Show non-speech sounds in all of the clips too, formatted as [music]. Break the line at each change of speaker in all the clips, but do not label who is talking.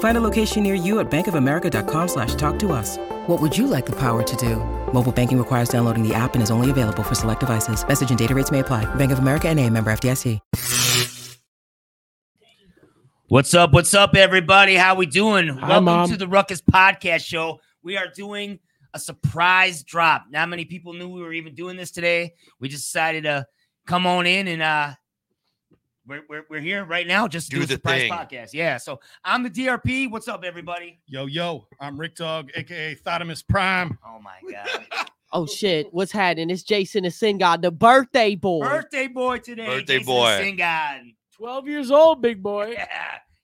Find a location near you at bankofamerica.com slash talk to us. What would you like the power to do? Mobile banking requires downloading the app and is only available for select devices. Message and data rates may apply. Bank of America and a member FDIC.
What's up? What's up, everybody? How we doing? Welcome
Mom.
to the Ruckus Podcast Show. We are doing a surprise drop. Not many people knew we were even doing this today. We just decided to come on in and uh we're we're, we're here right now just
Do
to do, a
the
surprise
thing.
podcast. Yeah. So I'm the DRP. What's up, everybody?
Yo, yo, I'm Rick Dog, aka Thodamus Prime.
Oh my god.
Oh shit, what's happening? It's Jason and Sin God, the birthday boy.
Birthday boy today.
Birthday
Jason
boy.
Singan.
12 years old, big boy.
Yeah.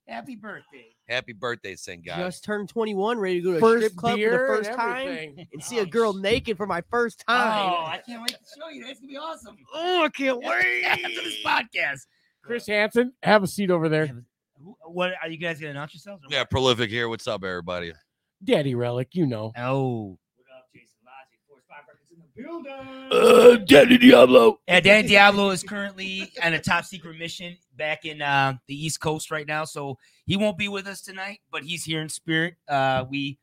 Happy birthday.
Happy birthday, Saint God.
Just turned 21, ready to go to a
First
strip club for
beer
the
and
first time
everything.
and see a girl naked for my first time.
Oh, I [laughs] can't wait to show you. That's gonna be awesome.
Oh, I can't
After this podcast.
Chris Hansen, have a seat over there.
Who- What are you guys gonna announce yourselves? or what?
yeah, prolific here. What's up, everybody?
Daddy Relic, you know.
Oh. What up, Jason Logic? Force Five Records in the building.
Uh, Daddy Diablo.
[laughs] Yeah, Dan Diablo is currently on a top secret mission back in uh, the East Coast right now, so he won't be with us tonight. But he's here in spirit. Uh, we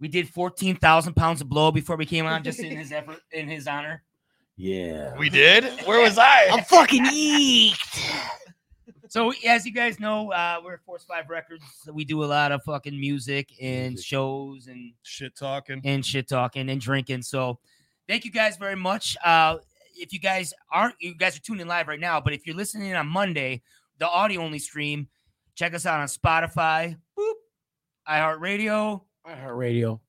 we did fourteen thousand pounds of blow before we came on, just in his effort, in his honor.
Yeah.
We did. Where was I?
I'm fucking eeked.
So as you guys know, uh, we're at Force Five Records. We do a lot of fucking music and shows and
Shit talking.
and shit talking and drinking. So thank you guys very much. Uh, if you guys aren't, you guys are tuning in live right now, but if you're listening on Monday, the audio only stream, check us out on Spotify, boop, iHeartRadio,
iHeartRadio.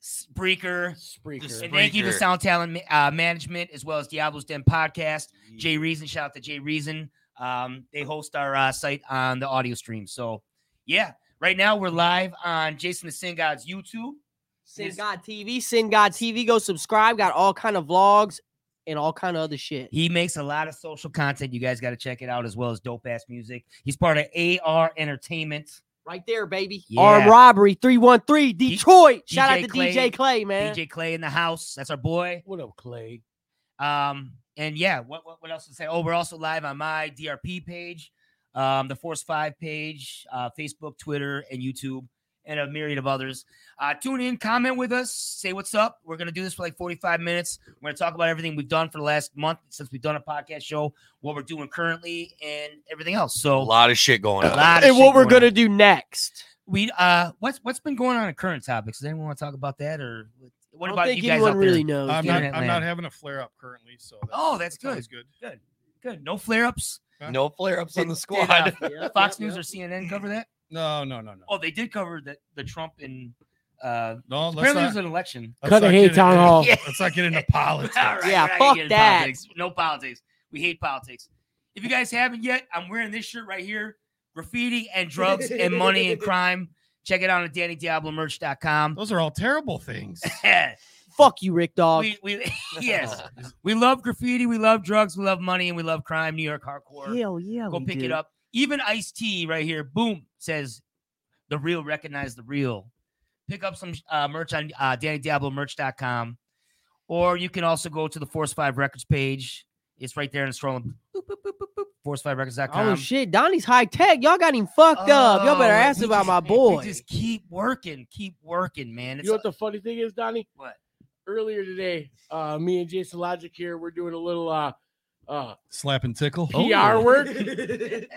Spreaker.
Spreaker.
And thank you to
Spreaker.
Sound Talent Ma- uh, Management as well as Diablo's Den Podcast. Jay Reason, shout out to Jay Reason. Um, they host our uh, site on the audio stream. So, yeah, right now we're live on Jason the Sin God's YouTube.
Sin
Yes.
God TV, Sin God TV, go subscribe. Got all kind of vlogs and all kind of other shit.
He makes a lot of social content. You guys got to check it out as well as dope ass music. He's part of AR Entertainment.
Right there, baby.
Yeah.
Armed robbery 313
D-
Detroit. Shout
DJ
out to DJ Clay, man.
DJ Clay in the house. That's our boy.
What up, Clay?
Um, and yeah, what, what, what else to say? Oh, we're also live on my DRP page, um, the Force 5 page, uh, Facebook, Twitter, and YouTube, and a myriad of others. Uh, tune in, comment with us, say what's up. We're going to do this for like 45 minutes. We're going to talk about everything we've done for the last month since we've done a podcast show, what we're doing currently, and everything else.
A
So,
lot of shit going
A
on.
lot of
And what
shit
we're
going on.
going to do next.
we uh what's what's been going on in current topics does anyone want to talk about that or what-
I
what
don't
about
think
you guys
anyone
out
really
there?
knows.
I'm
dude.
not,
Internet
I'm
land.
not having a flare up currently. So
Oh, that's good.
always good.
good no flare-ups
No flare ups on the
Did-
squad. [laughs]
did, uh, [laughs]
Yep, yep,
fox news
yep. [laughs]
or cnn cover that
No, no, no, no.
oh they did cover the the trump and uh
No, let's
apparently
not,
there's an election
let's
Cut
not
a hate
get
town
into-
[laughs]
hall.
Yeah.
Let's not get
[laughs]
into politics.
All right,
Yeah,
we're not gonna
fuck
get into
that.
politics. no politics we hate politics if you guys haven't yet i'm wearing this shirt right here graffiti and drugs and
[laughs]
money and crime check it out at
Oh.
dannydiablomerch.com
Those are all terrible things.
Fuck you, Rick Dog.
we, we, [laughs]
[laughs]
yes We love graffiti. We love drugs. We love money, and we love crime. New York hardcore.
Hell yeah.
Go
we
pick it
do.
up. Even Ice T right here. Boom says, "The real recognize the real." Pick up some uh, merch on uh, DannyDiabloMerch.com, or you can also go to the Force Five Records page. It's right there in the scroll. Boop, boop, boop, boop, boop, Force5Records.com.
Oh shit, Donnie's high tech. Y'all got him fucked up. Y'all better
Oh,
ask
we
about
just-
my boy.
We just keep working, keep working, man.
You
It's
know what the funny thing is, Donnie?
what?
Earlier today, uh, me and Jason Logic here, we're doing a little uh, uh,
Slap and tickle.
Oh.
Oh,
PR
[laughs]
work.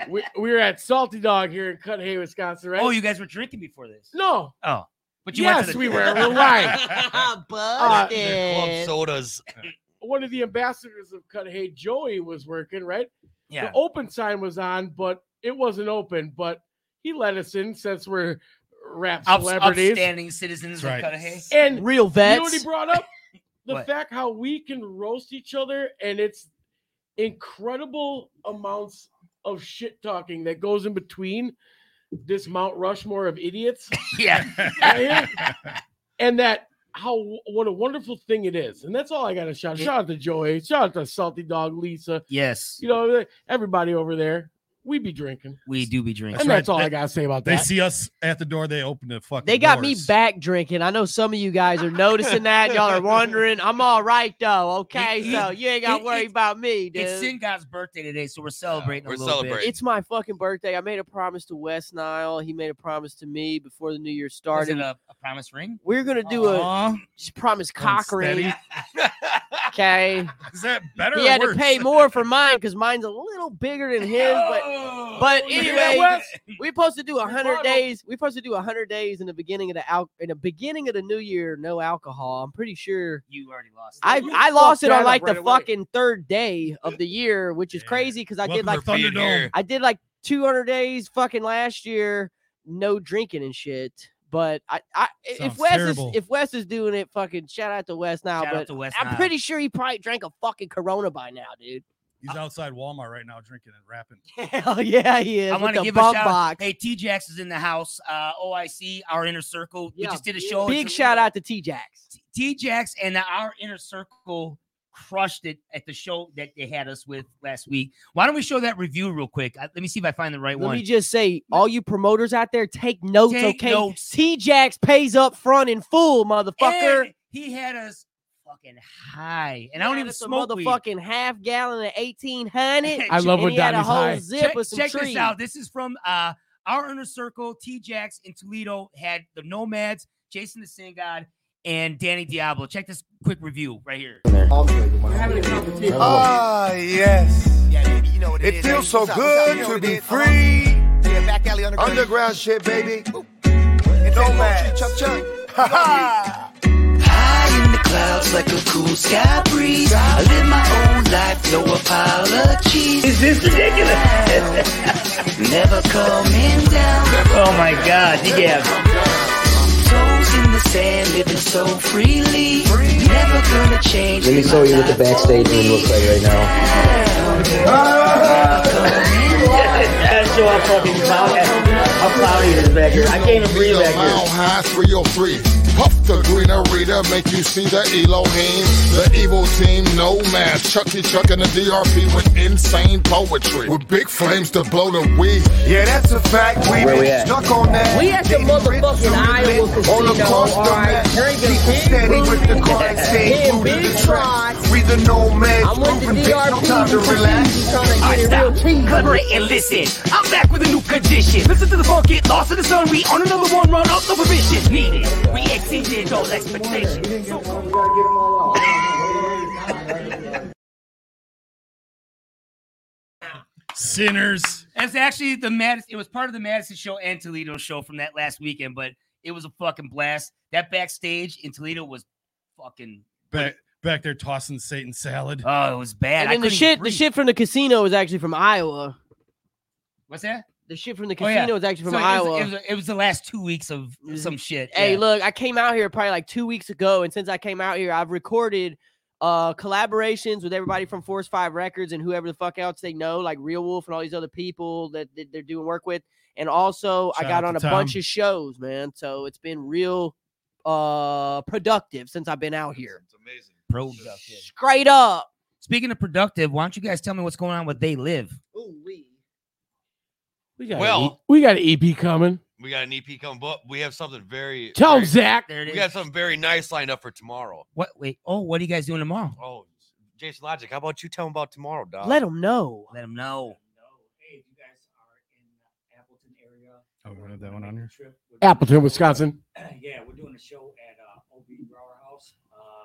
we, we were at Salty Dog here in Cudahy, Wisconsin, right?
Oh, you guys were drinking before this.
No.
Oh, but you went
yes,
to the
we were. We're lying.
They're club
Busted.
sodas.
One of the ambassadors of Cudahy, Joey, was working, right?
[laughs] Yeah.
The open sign was on, but it wasn't open. But he let us in since we're rap
Ups-
celebrities.
upstanding citizens
That's
of
right.
[laughs]
Cudahy.
and
Real
you know what he
vets.
brought
[laughs]
up? The
What?
fact how we can roast each other, and it's incredible amounts of shit talking that goes in between this Mount Rushmore of idiots.
Yeah.
right here. [laughs] and that how what a wonderful thing it is. And that's all I got to shout. Shout out to Joey. Shout out to Salty Dog Lisa.
Yes,
You know everybody over there. We be drinking,
we do be drinking.
and
right.
that's all I
They-
gotta say about
They
that.
see us at the door. They open the fucking.
They got me
doors.
back drinking. I know some of you guys are noticing that. Y'all are wondering. I'm all right though. Okay,
It-
so you ain't got
it-
to worry
it-
about me, dude.
It's Sin God's birthday today, so we're celebrating.
we're
a little
celebrating.
It's my fucking birthday. I made a promise to West Nile. He made a promise to me before the new year
Bit. Was it
started.
a, a promise ring?
We're gonna do a
Aw,
just promise cock ring.
steady.
Okay.
Is that better?
He
or
had to
worse?
pay more for mine because mine's a little bigger than his. But
[laughs] Oh,
but anyway- we supposed to do a hundred
bottle.
days. We supposed to do a hundred days in the beginning of the al- in the beginning of the new year, no alcohol. I'm pretty sure.
you already lost. it.
I,
You
I lost
fucked
it on
that
like
up
the
right away.
fucking third day of the year, which is
Yeah.
crazy because I
Welcome
did like
to Thunderdome.
I did like 200 days fucking last year, no drinking and shit. But I, I i-
Sounds
if Wes
terrible.
is if Wes is doing it, fucking shout out to Wes now.
Shout out
but
to West
I'm
Nile.
pretty sure he probably drank a fucking Corona by now, dude.
He's outside Walmart right now drinking and rapping.
[laughs] Hell yeah, he is.
I
with
want to
the
give a
bump
shout
box.
Hey, T Jax is in the house. Uh, OIC, our inner circle. we
Yeah,
just did a show.
Big shout out to T Jax.
T Jax and the- our inner circle crushed it at the show that they had us with last week. Why don't we show that review real quick? Uh, let me see if I find the right
Let
one.
me just say, all you promoters out there, take notes,
Take
okay?
notes.
T Jax pays up front in full, motherfucker.
And he had us fucking high, and I
He
don't
had
even
us a
smoke weed. [laughs]
motherfucking half gallon of 1800.
I
love
and
when
he had a
Donnie's
whole
high.
zip
check,
with some
check
trees.
this out. This is from uh, our inner circle. T Jax in Toledo had the Nomads, Jason the Sin God, and Danny Diablo. Check this quick review right here.
Ah, yes. It feels so good to be free. Underground shit, baby. No match. Ha ha!
High in the clouds like a cool sky breeze. I live my own life, no apologies. Is this ridiculous? Never coming down.
Oh my God, yeah.
Toes in the sand, living so freely. Never gonna change. Let me show you what the backstage room looks like right now.
Real Mount High 303. Puff the greenery to make you see the Elohim. The evil team, no man. Chucky Chuck and the DRP with insane poetry. With big flames to blow the weed. Yeah, that's a fact. We Where we at? stuck on that. We at the motherfucking Iowa On the coast of that. People steady with the car and stay through to the track. We the nomads. I'm moving bitch, no time to relax.
I stop, cover it and listen. I'm back with a new condition. Listen to the funk, get lost in the sun. We on another one run up the provision. Needed, we exceeded all expectations.
Sinners.
That's actually the Madison. It was part of the Madison show and Toledo show from that last weekend, but it was a fucking blast. That backstage in Toledo was fucking.
Back, back there tossing Satan salad.
Oh, it was bad.
And
I
then the
couldn't
shit, the
breathe.
shit from the casino is actually from Iowa.
What's that?
The shit from the
Oh, yeah.
casino is actually from
So it was-
Iowa. Mm-hmm.
It was, it, was, the last two weeks of some shit.
hey,
yeah.
look, I came out here probably like two weeks ago, and since I came out here, I've recorded uh collaborations with everybody from Force Five Records and whoever the fuck else they know, like Real Wolf and all these other people that, that they're doing work with. And also, I
Shout
got
out
on
to
a bunch
Tom.
of shows, man. So it's been real uh productive since I've been out here.
productive.
Straight up.
Speaking of productive, why don't you guys tell me what's going on with They Live?
We got
Well-
well, we got an EP coming.
We got an EP coming, but we have something very.
Tell
very-
Zach.
There it
We
is.
got something very nice lined up for tomorrow.
What? Wait. Oh, what are you guys doing tomorrow?
Oh, Jason Logic, how about you tell him about tomorrow, Doc?
Let them know.
Let them know.
Oh, we have that one on here.
Appleton, Wisconsin.
[clears throat] uh,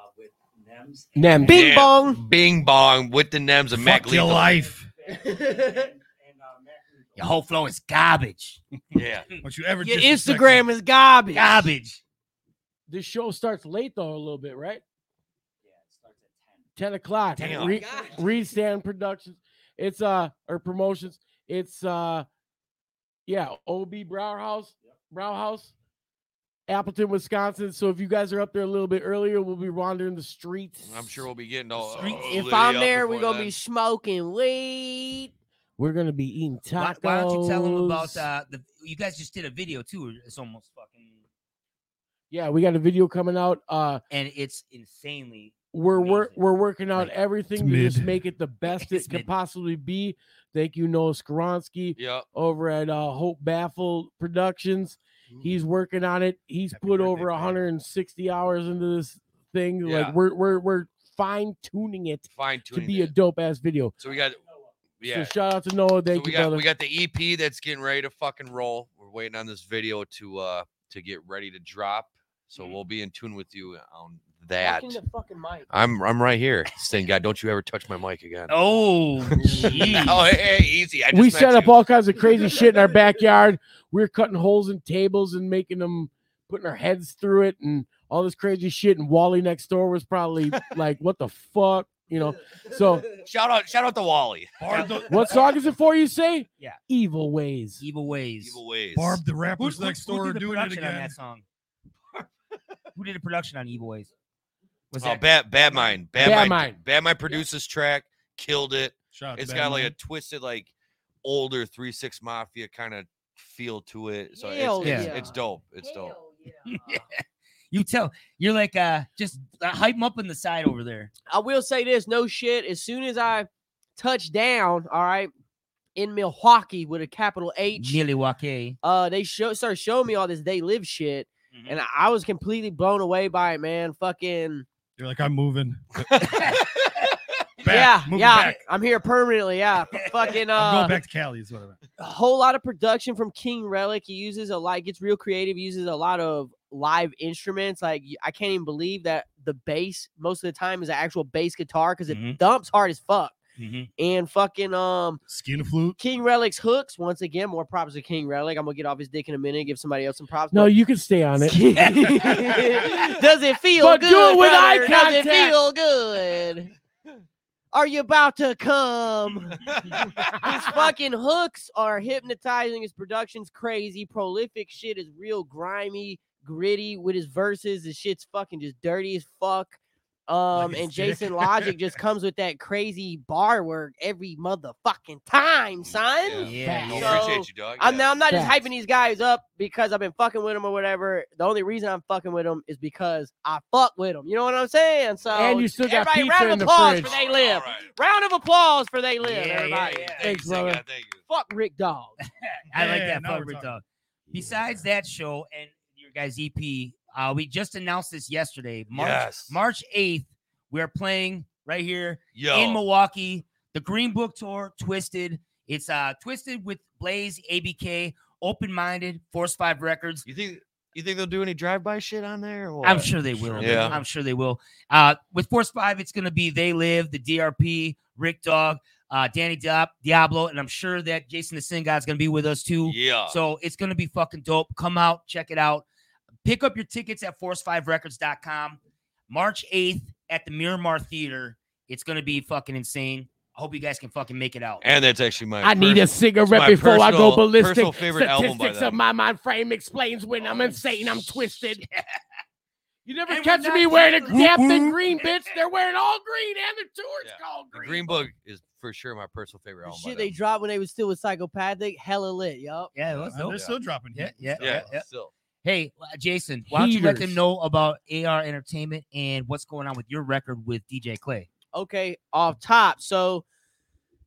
yeah, we're doing a show at uh, OB Brower House uh, with NEMS.
Bing bong.
Bing bong with the Nems and Mac
Fuck your
Lethal.
[laughs]
life.
uh, Your whole flow is garbage.
Yeah.
Don't you ever
Your
disrespect
Instagram is garbage.
Garbage.
The show starts late though, a little bit, right? Yeah, it starts at ten. Ten
Damn.
o'clock. Re- Reed Stand Productions. It's uh or promotions. It's uh yeah, OB Brower House, Brow House, Appleton, Wisconsin. So if you guys are up there a little bit earlier, we'll be wandering the streets.
I'm sure we'll be getting all.
Streets.
all
If
lit
I'm
up
there, we're
before
gonna
then.
be smoking weed.
we're gonna be eating tacos.
Why, why don't you tell them about uh, the? You guys just did a video too. or It's almost fucking.
yeah, we got a video coming out. Uh,
and it's insanely
we're we're
Amazing.
we're working out
Like,
everything
it's
to just
mid.
make it the best
It's
it could
mid.
possibly be. Thank you, Noah Skronsky,
Yeah.
over at uh, Hope Baffle Productions.
Mm-hmm.
He's working on it. He's
Happy
put
birthday,
over
Brandon.
160 hours into this thing.
Yeah.
Like we're we're we're fine tuning it
Fine
to
tuning.
be a dope ass video.
so we got. Yeah.
So shout out to Noah.
so
Thank
we
you,
got
brother.
we got the EP that's getting ready to fucking roll. We're waiting on this video to uh to get ready to drop. So we'll be in tune with you on that.
Fucking the fucking mic.
I'm I'm right here. Saying God, don't you ever touch my mic again.
Oh, [laughs]
Oh,
jeez.
hey, hey, easy. I just
we
met
set up
you.
all kinds of crazy shit in our backyard. We were cutting holes in tables and making them, putting our heads through it, and all this crazy shit. And Wally next door was probably like, "What the fuck?" You know. So,
[laughs] Shout out, shout out to Wally.
Barb the,
what song is it for? You say?
Yeah.
Evil ways.
Evil ways.
Evil ways.
Barb the
Who-
rappers
who-
next
who
door are
did the
doing it
production on
again.
that song? [laughs] who did the production on Evil Ways? Was
Oh,
that
bad, bad mind. Bad,
Bad
mind.
Mind.
Bad mind produces track. Killed it.
Shout out to
It's
Bad
got like a
Mom.
twisted, like older three six mafia kind of feel to it. So
Hell
it's, it's,
yeah.
it's dope. It's dope.
[laughs] Yeah. you tell you're like uh just uh, hype 'em up in the side over there.
I will say this, no shit. As soon as I touch down, all right, in Milwaukee with a capital H,
Milwaukee.
uh, they show started showing me all this they live shit,
Mm-hmm.
Mhm.
and I, I was completely blown away by it, man. Fucking
You're like, I'm moving.
yeah,
moving
yeah.
back.
I'm here permanently. Yeah, F- fucking
[laughs] I'm going
uh, [laughs]
back to Cali. Is what I meant.
a whole lot of production from King Relic. He uses a lot, gets real creative. Uses a lot of live instruments. Like y- I can't even believe that the bass most of the time is an actual bass guitar because it
Mm-hmm.
Mhm.
dumps hard as fuck.
Mhm.
And fucking um,
Skin flute.
King Relic's hooks. Once again, more props to King Relic. I'm gonna get off his dick in a minute. Give somebody else some props.
No,
but-
you can stay on it. [laughs]
[laughs] does it feel
But
good?
do it with eye
brother? does it
contact.
feel good? Are you about to come? These fucking hooks are hypnotizing. His production's crazy. Prolific shit is real grimy, gritty with his verses. His shit's fucking just dirty as fuck. Um,
his
and
dick.
Jason Logic just comes with that crazy bar work every motherfucking time, son.
Yeah.
Yeah.
Well,
yeah.
So-
appreciate you, dog.
I'm
Yeah.
now I'm not just
Facts.
hyping these guys up because I've been fucking with them or whatever. The only reason I'm fucking with them is because I fuck with them. You know what I'm saying? So
and you still got
everybody
pizza
round
in
of
the
applause
fridge.
for they
All
live.
right.
Round of applause for they
Yeah,
live,
yeah,
everybody.
yeah.
Thank
Thanks,
you, Sega.
brother.
Thank you.
Fuck Rick Dog.
I like
Yeah,
that
now
fuck
we're
Rick
talking.
Dog. Besides that show and your guys EP, uh, we just announced this yesterday. March
Yes.
March 8th, we are playing right here
Yo.
in Milwaukee. The Green Book Tour, Twisted. It's uh Twisted with Blaze, ABK, Open Minded, Force Five Records.
you think you think they'll do any drive by shit on there? Or
I'm
what?
sure they will.
Yeah.
I'm sure they will. Uh, with Force Five, it's going to be They Live, the DRP, Rick Dog, uh, Danny Diab- Diablo, and I'm sure that Jason the Sin God's going to be with us too.
Yeah.
So it's going to be fucking dope. Come out, check it out. Pick up your tickets at force5records.com. March 8th at the Miramar Theater. It's going to be fucking insane. I hope you guys can fucking make it out.
and that's actually my.
I need a
first-
cigarette
my
before I
personal-
go ballistic.
personal favorite album by
Statistics of
them.
my mind frame explains when I'm insane. I'm
[laughs]
twisted. You never
And we're
catch
not
me wearing a
taking-
daph in green, bitch. They're wearing all green, and the tour's
Yeah.
called
The
green.
Green Book is for sure my personal favorite
The
album. by
shit they
them.
dropped when they was still with psychopathic, hella lit, yo.
Yeah, it
Uh,
was dope.
They're still dropping.
Yeah,
heat and
yeah,
stuff.
Yeah.
[laughs]
yeah.
Still.
Hey, uh, Jason, why don't you let them
Heaters.
know about AR Entertainment and what's going on with your record with DJ Clay?
okay, off top. So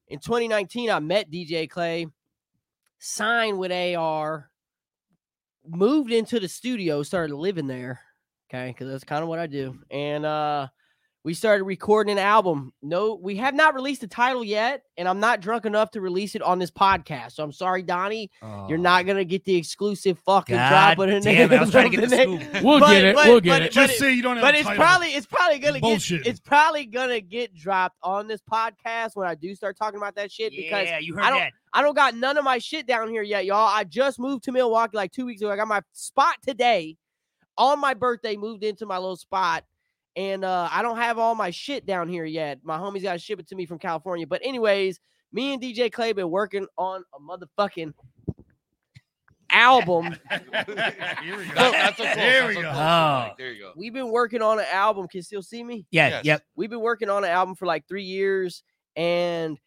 in 2019, I met DJ Clay, signed with AR, moved into the studio, started living there. Okay, because that's kind of what I do. And uh we started recording an album. No, we have not released the title yet, and I'm not drunk enough to release it on this podcast. So I'm sorry, Donnie. You're not gonna get the exclusive fucking
God
drop of the
damn it, I was trying to get
[laughs] of
the
[laughs]
name.
scoop.
We'll
But-
get it.
but-
we'll get
but-
it.
Just say you [laughs] don't have.
but
a
it's
title.
probably it's probably gonna
Bullshit.
get it's probably gonna get dropped on this podcast when I do start talking about that shit because
yeah, you heard
I don't-
that.
I don't got none of my shit down here yet, y'all. I just moved to Milwaukee like two weeks ago. I got my spot today on my birthday. Moved into my little spot, and uh, I don't have all my shit down here yet. My homies got to ship it to me from California. But anyways, me and DJ Clay been working on a motherfucking album.
Here we go.
That- that's a close,
There
that's
we
a
go.
close one,
Oh.
like, There you go.
We've been working on an album. Can you still see me?
Yeah,
Yes.
yep.
we've been working on an album for like three years and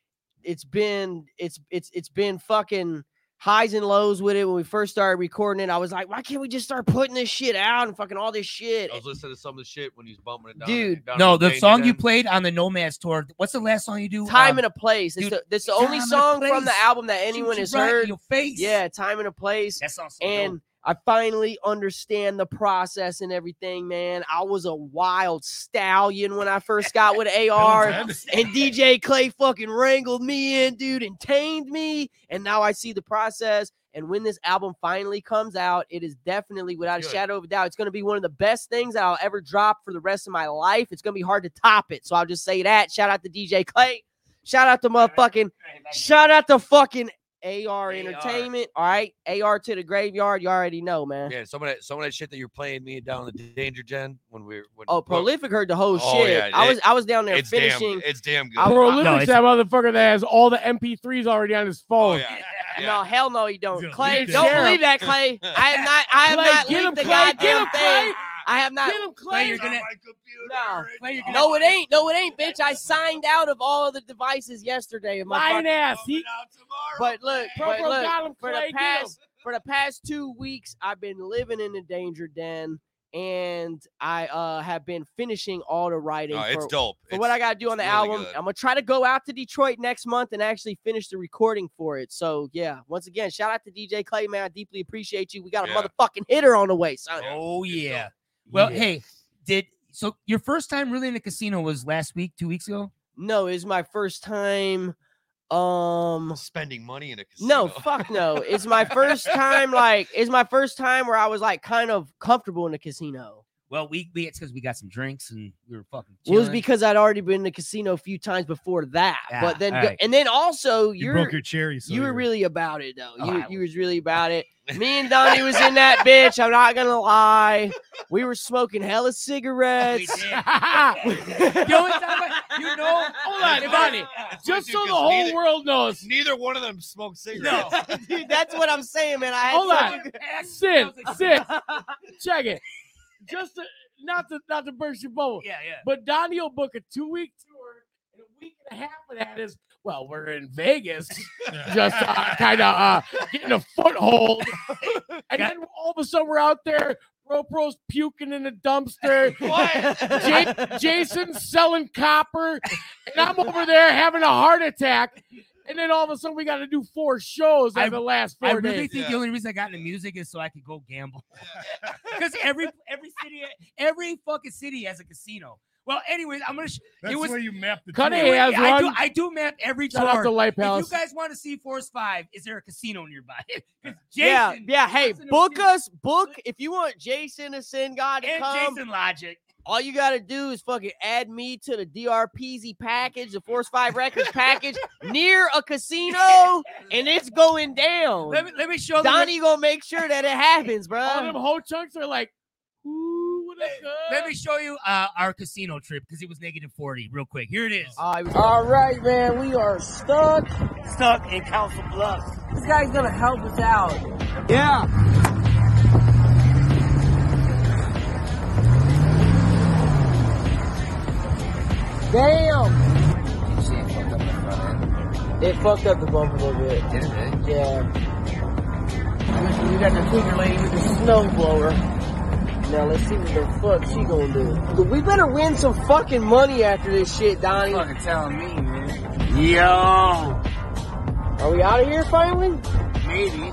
it's been it's it's it's been fucking highs and lows with it when we first started recording it. I was like, why can't we just start putting this shit out and fucking all this shit?
I was listening to some of the shit when he was bumping it down.
Dude.
down
No,
in
the
Danger
song you
Den.
played on the Nomads tour. What's the last song you do?
Time
Um,
and a place. It's
dude,
the, it's the only
Time and a
song from the
Place.
album that anyone
Shoot you
has
right in
heard.
Your face.
Yeah, time and a place.
that sounds so dope.
and I finally understand the process and everything, man. I was a wild stallion when I first got
[laughs]
with AR,
Bill Ted.
[laughs] and DJ Clay fucking wrangled me in, dude, and tamed me. And now I see the process. And when this album finally comes out, it is definitely, without a
Good.
shadow of a doubt, it's going to be one of the best things that I'll ever drop for the rest of my life. It's going to be hard to top it. So I'll just say that. Shout out to DJ Clay. Shout out to motherfucking Shout out to fucking AR, Entertainment. All right. AR to the graveyard. You already know, man.
Yeah, some of that some of that shit that you're playing me down in the danger gen when we were when,
Oh,
when-
prolific heard the whole
Oh,
shit.
yeah,
I
it-
was I was down there
It's
finishing.
damn it's damn good.
I-
Bro,
I-
Luke's
No, it's-
that motherfucker that has all the MP3s already on his
oh
phone.
yeah.
No,
yeah.
hell no, you don't.
Yeah,
Clay,
leak that.
don't
Yeah.
believe that, Clay. I have not I have
Clay,
not
get
leaked
him,
the
Clay, get
goddamn
him, Clay.
thing. I have not.
Get him,
Clay,
Clay.
you're gonna.
No.
Clay, you're gonna.
No, it ain't. No, it ain't, bitch. I signed out of all the devices yesterday. in My
Lying
fucking-
ass. He,
but look,
bro,
but
bro,
look,
got him,
for
Clay.
the
get
past
him.
for the past two weeks i've been living in the danger den and i uh have been finishing all the writing
No,
for,
Oh, it's dope.
for what i
It's-
gotta do on the
it's really
album
good.
i'm gonna try to go out to detroit next month and actually finish the recording for it so yeah once again shout out to dj clay man i deeply appreciate you we got a
Yeah.
motherfucking hitter on the way son
Oh yeah. Well, hey, did so your first time really in the casino was last week, two weeks ago?
no it's my first time um
spending money in a casino.
No, fuck
[laughs]
no. It's my first time. Like, it's my first time where I was like kind of comfortable in the casino.
Well, we, we it's because we got some drinks and we were fucking.
It was
chilling.
because I'd already been in the casino a few times before that.
Ah,
but then,
all
go-
right.
and then also
You
you're you
broke your cherry. So
were
you're-
really about it though.
Oh,
you
I
you was really about
[laughs]
it. Me and Donnie was in that bitch. I'm not gonna lie. We were smoking hella
We
cigarettes.
did. You know, it's
[laughs]
not about- you know,
Hold on, Ivani.
It's
Just
like, dude,
so the
'cause
whole
neither,
world knows.
Neither one of them smoked cigarettes.
No.
Dude, that's what I'm saying, man. I had
Hold on.
such a-
Sid, Sid, check it. Just to, not to not to burst your bubble,
Yeah, yeah.
but Donnie will book a two week tour, and a week and a half of that is well, we're in Vegas, just uh, kind of uh, getting a foothold, and then all of a sudden we're out there. Ropro's puking in a dumpster.
[laughs]
Ja- Jason's selling copper, and I'm over there having a heart attack. And then all of a sudden, we got to do four shows in
I-
the last four
I really
days.
think the
Yeah.
only reason I got into music is so I could go gamble. [laughs] Because every every city, every fucking city has a casino. Well, anyways, I'm gonna. Sh-
That's
it was.
where you mapped the.
Cut
tour.
it. He has
I do.
one.
I do map every
Shout out to
tour.
Light
If you
Palace.
guys want to see Force Five, is there a casino nearby? [laughs] 'Cause
yeah,
Jason
yeah. Hey,
wants to know
book
Jason-
us. Book if you want Jason to send God to
and
come.
Jason Logic.
All you gotta do is fucking add me to the DRPZ package, the Force Five Records package, near a casino, and it's going down.
Let me let me show them-
Donnie gonna make sure that it
[laughs]
happens,
All them
bro.
whole chunks are like, ooh, what a good.
um, Let me show you uh, our casino trip because it was negative 40 real quick. Here it
Oh,
is.
All right, man, we are stuck.
Stuck in Council Bluffs.
This guy's gonna help us out. Yeah. Damn. It fucked up the bump a little bit. Yeah. We got the finger lady with the snow blower. Now let's see what the fuck she gonna do. Dude, We better win some fucking money after this shit, Donnie. Fucking telling me, man. Yo. Are we out of here finally? Maybe.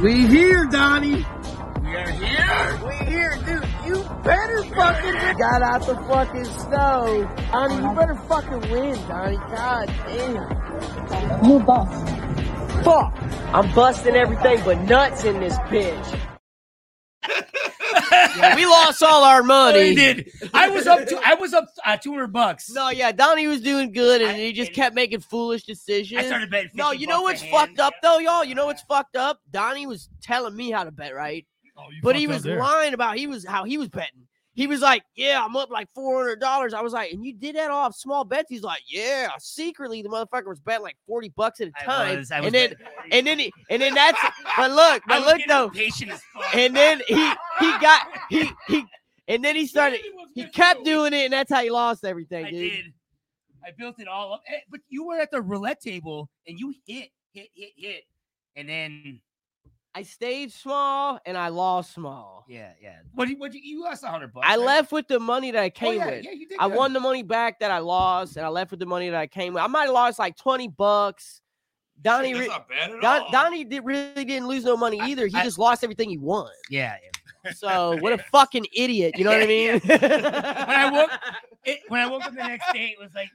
We here, Donnie. We're here. We here, dude. You better fucking got out the fucking snow. Donnie, you better fucking win, Donnie. God damn. You boss. Fuck. I'm busting everything but nuts in this bitch. we lost all our
I
money.
did. I was up to I was up uh, 200 bucks.
No, yeah, Donnie was doing good, and
I-
he just
and-
kept making foolish decisions.
I started betting. 50
no, you know what's
bucks a hand.
fucked up though, y'all. You know what's fucked up? Donnie was telling me how to bet, right?
Oh, you
But he
fucked up
was
there.
lying about he was how he was betting. He was like, "Yeah, I'm up like four hundred dollars." I was like, "And you did that off small bets?" He's like, "Yeah." Secretly, the motherfucker was betting like forty bucks at a
I
time,
was- I was
and then
betting 40.
and then he, and then that's. But look,
[laughs]
but
I was
look
getting
though,
impatient
[laughs]
as fuck.
and then he he got he he, and then he started. He kept doing it, and that's how he lost everything,
I
dude.
did. I built it all up. Eh, But you were at the roulette table and you hit, hit, hit, hit. and then
I stayed small and I lost small.
yeah, yeah. What you what you, you lost a hundred bucks?
I
right?
left with the money that I
Oh,
came
yeah,
with.
yeah, you did
I
good.
won the money back that I lost, and I left with the money that I came with. I might have lost like 20 bucks. Donnie,
That's
re-
not bad at
Don-
all.
Donnie did, really didn't lose no money
I-
either. He
I-
just lost everything he won.
Yeah.
So what a fucking idiot. You know what I mean?
I woke- It, when I woke up the next day, it was
[laughs]
like.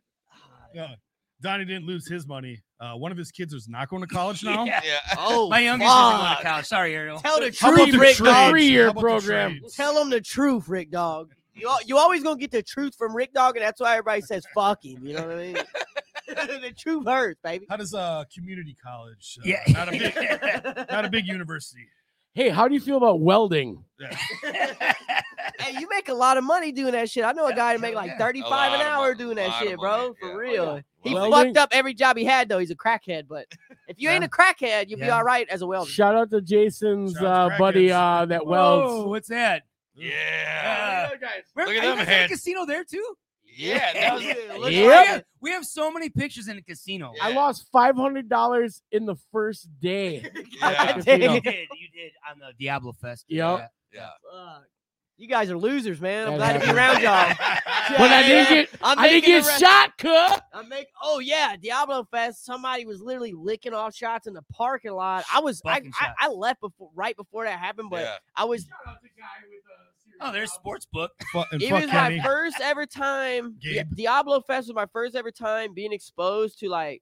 Donnie didn't lose his money. Uh, one of his kids is not going
[laughs]
to college now.
Yeah.
[laughs]
[laughs]
Yeah.
Oh,
My youngest isn't going
fuck.
to college. Sorry,
[laughs]
Ariel.
Tell the
How about
truth,
the
Rick
trades?
Dog.
How
Three-year
about the
program.
trades?
Tell him the truth, Rick Dog. You, al- you always gonna get the truth from Rick Dog, and that's why everybody says fuck him. You know what I mean? [laughs] the truth hurts, baby. [laughs]
How does uh community college? Uh,
Yeah.
Not a big,
[laughs]
not a big university.
Hey, how do you feel about welding?
Hey, you make a lot of money doing that shit. I know a guy that make like
yeah.
35
lot
an
of
hour
money,
doing
a
that
lot of
shit,
money,
bro. For
yeah. Oh,
real.
yeah.
He
Welding-
fucked up every job he had though. He's a crackhead,
[laughs]
but if you ain't a crackhead, you'll be
Yeah.
all right as a welder.
Shout out to Jason's
Shout out
uh,
to
buddy
Crackheads.
uh, that
Whoa,
welds.
what's
[laughs]
that? [laughs]
Yeah.
Uh, where-
Look at
are you
them
guys at a
heads.
casino there too?
Yeah. That was
Look
Yep.
like
We
it. [laughs]
have, we have so many pictures in the casino.
Yeah.
I lost five hundred dollars in the first day.
[laughs]
yeah.
I did.
You did. You did on the Diablo Fest.
Yep.
Yeah.
Fuck. You guys are losers, man. I'm
That
glad to be around
happened. [laughs]
y'all.
But I didn't get
I'm
I didn't
making a
get
re-
shot, cuz.
I make oh yeah, Diablo Fest. Somebody was literally licking off shots in the parking lot. I was I,
Fucking
I,
shots.
I left before right before that happened, [laughs] but
Yeah.
I was
Oh, there's sports book.
Fu- and
it
fuck
was
Kenny.
my first ever time. Di-
Gabe.
Diablo Fest was my first ever time being exposed to like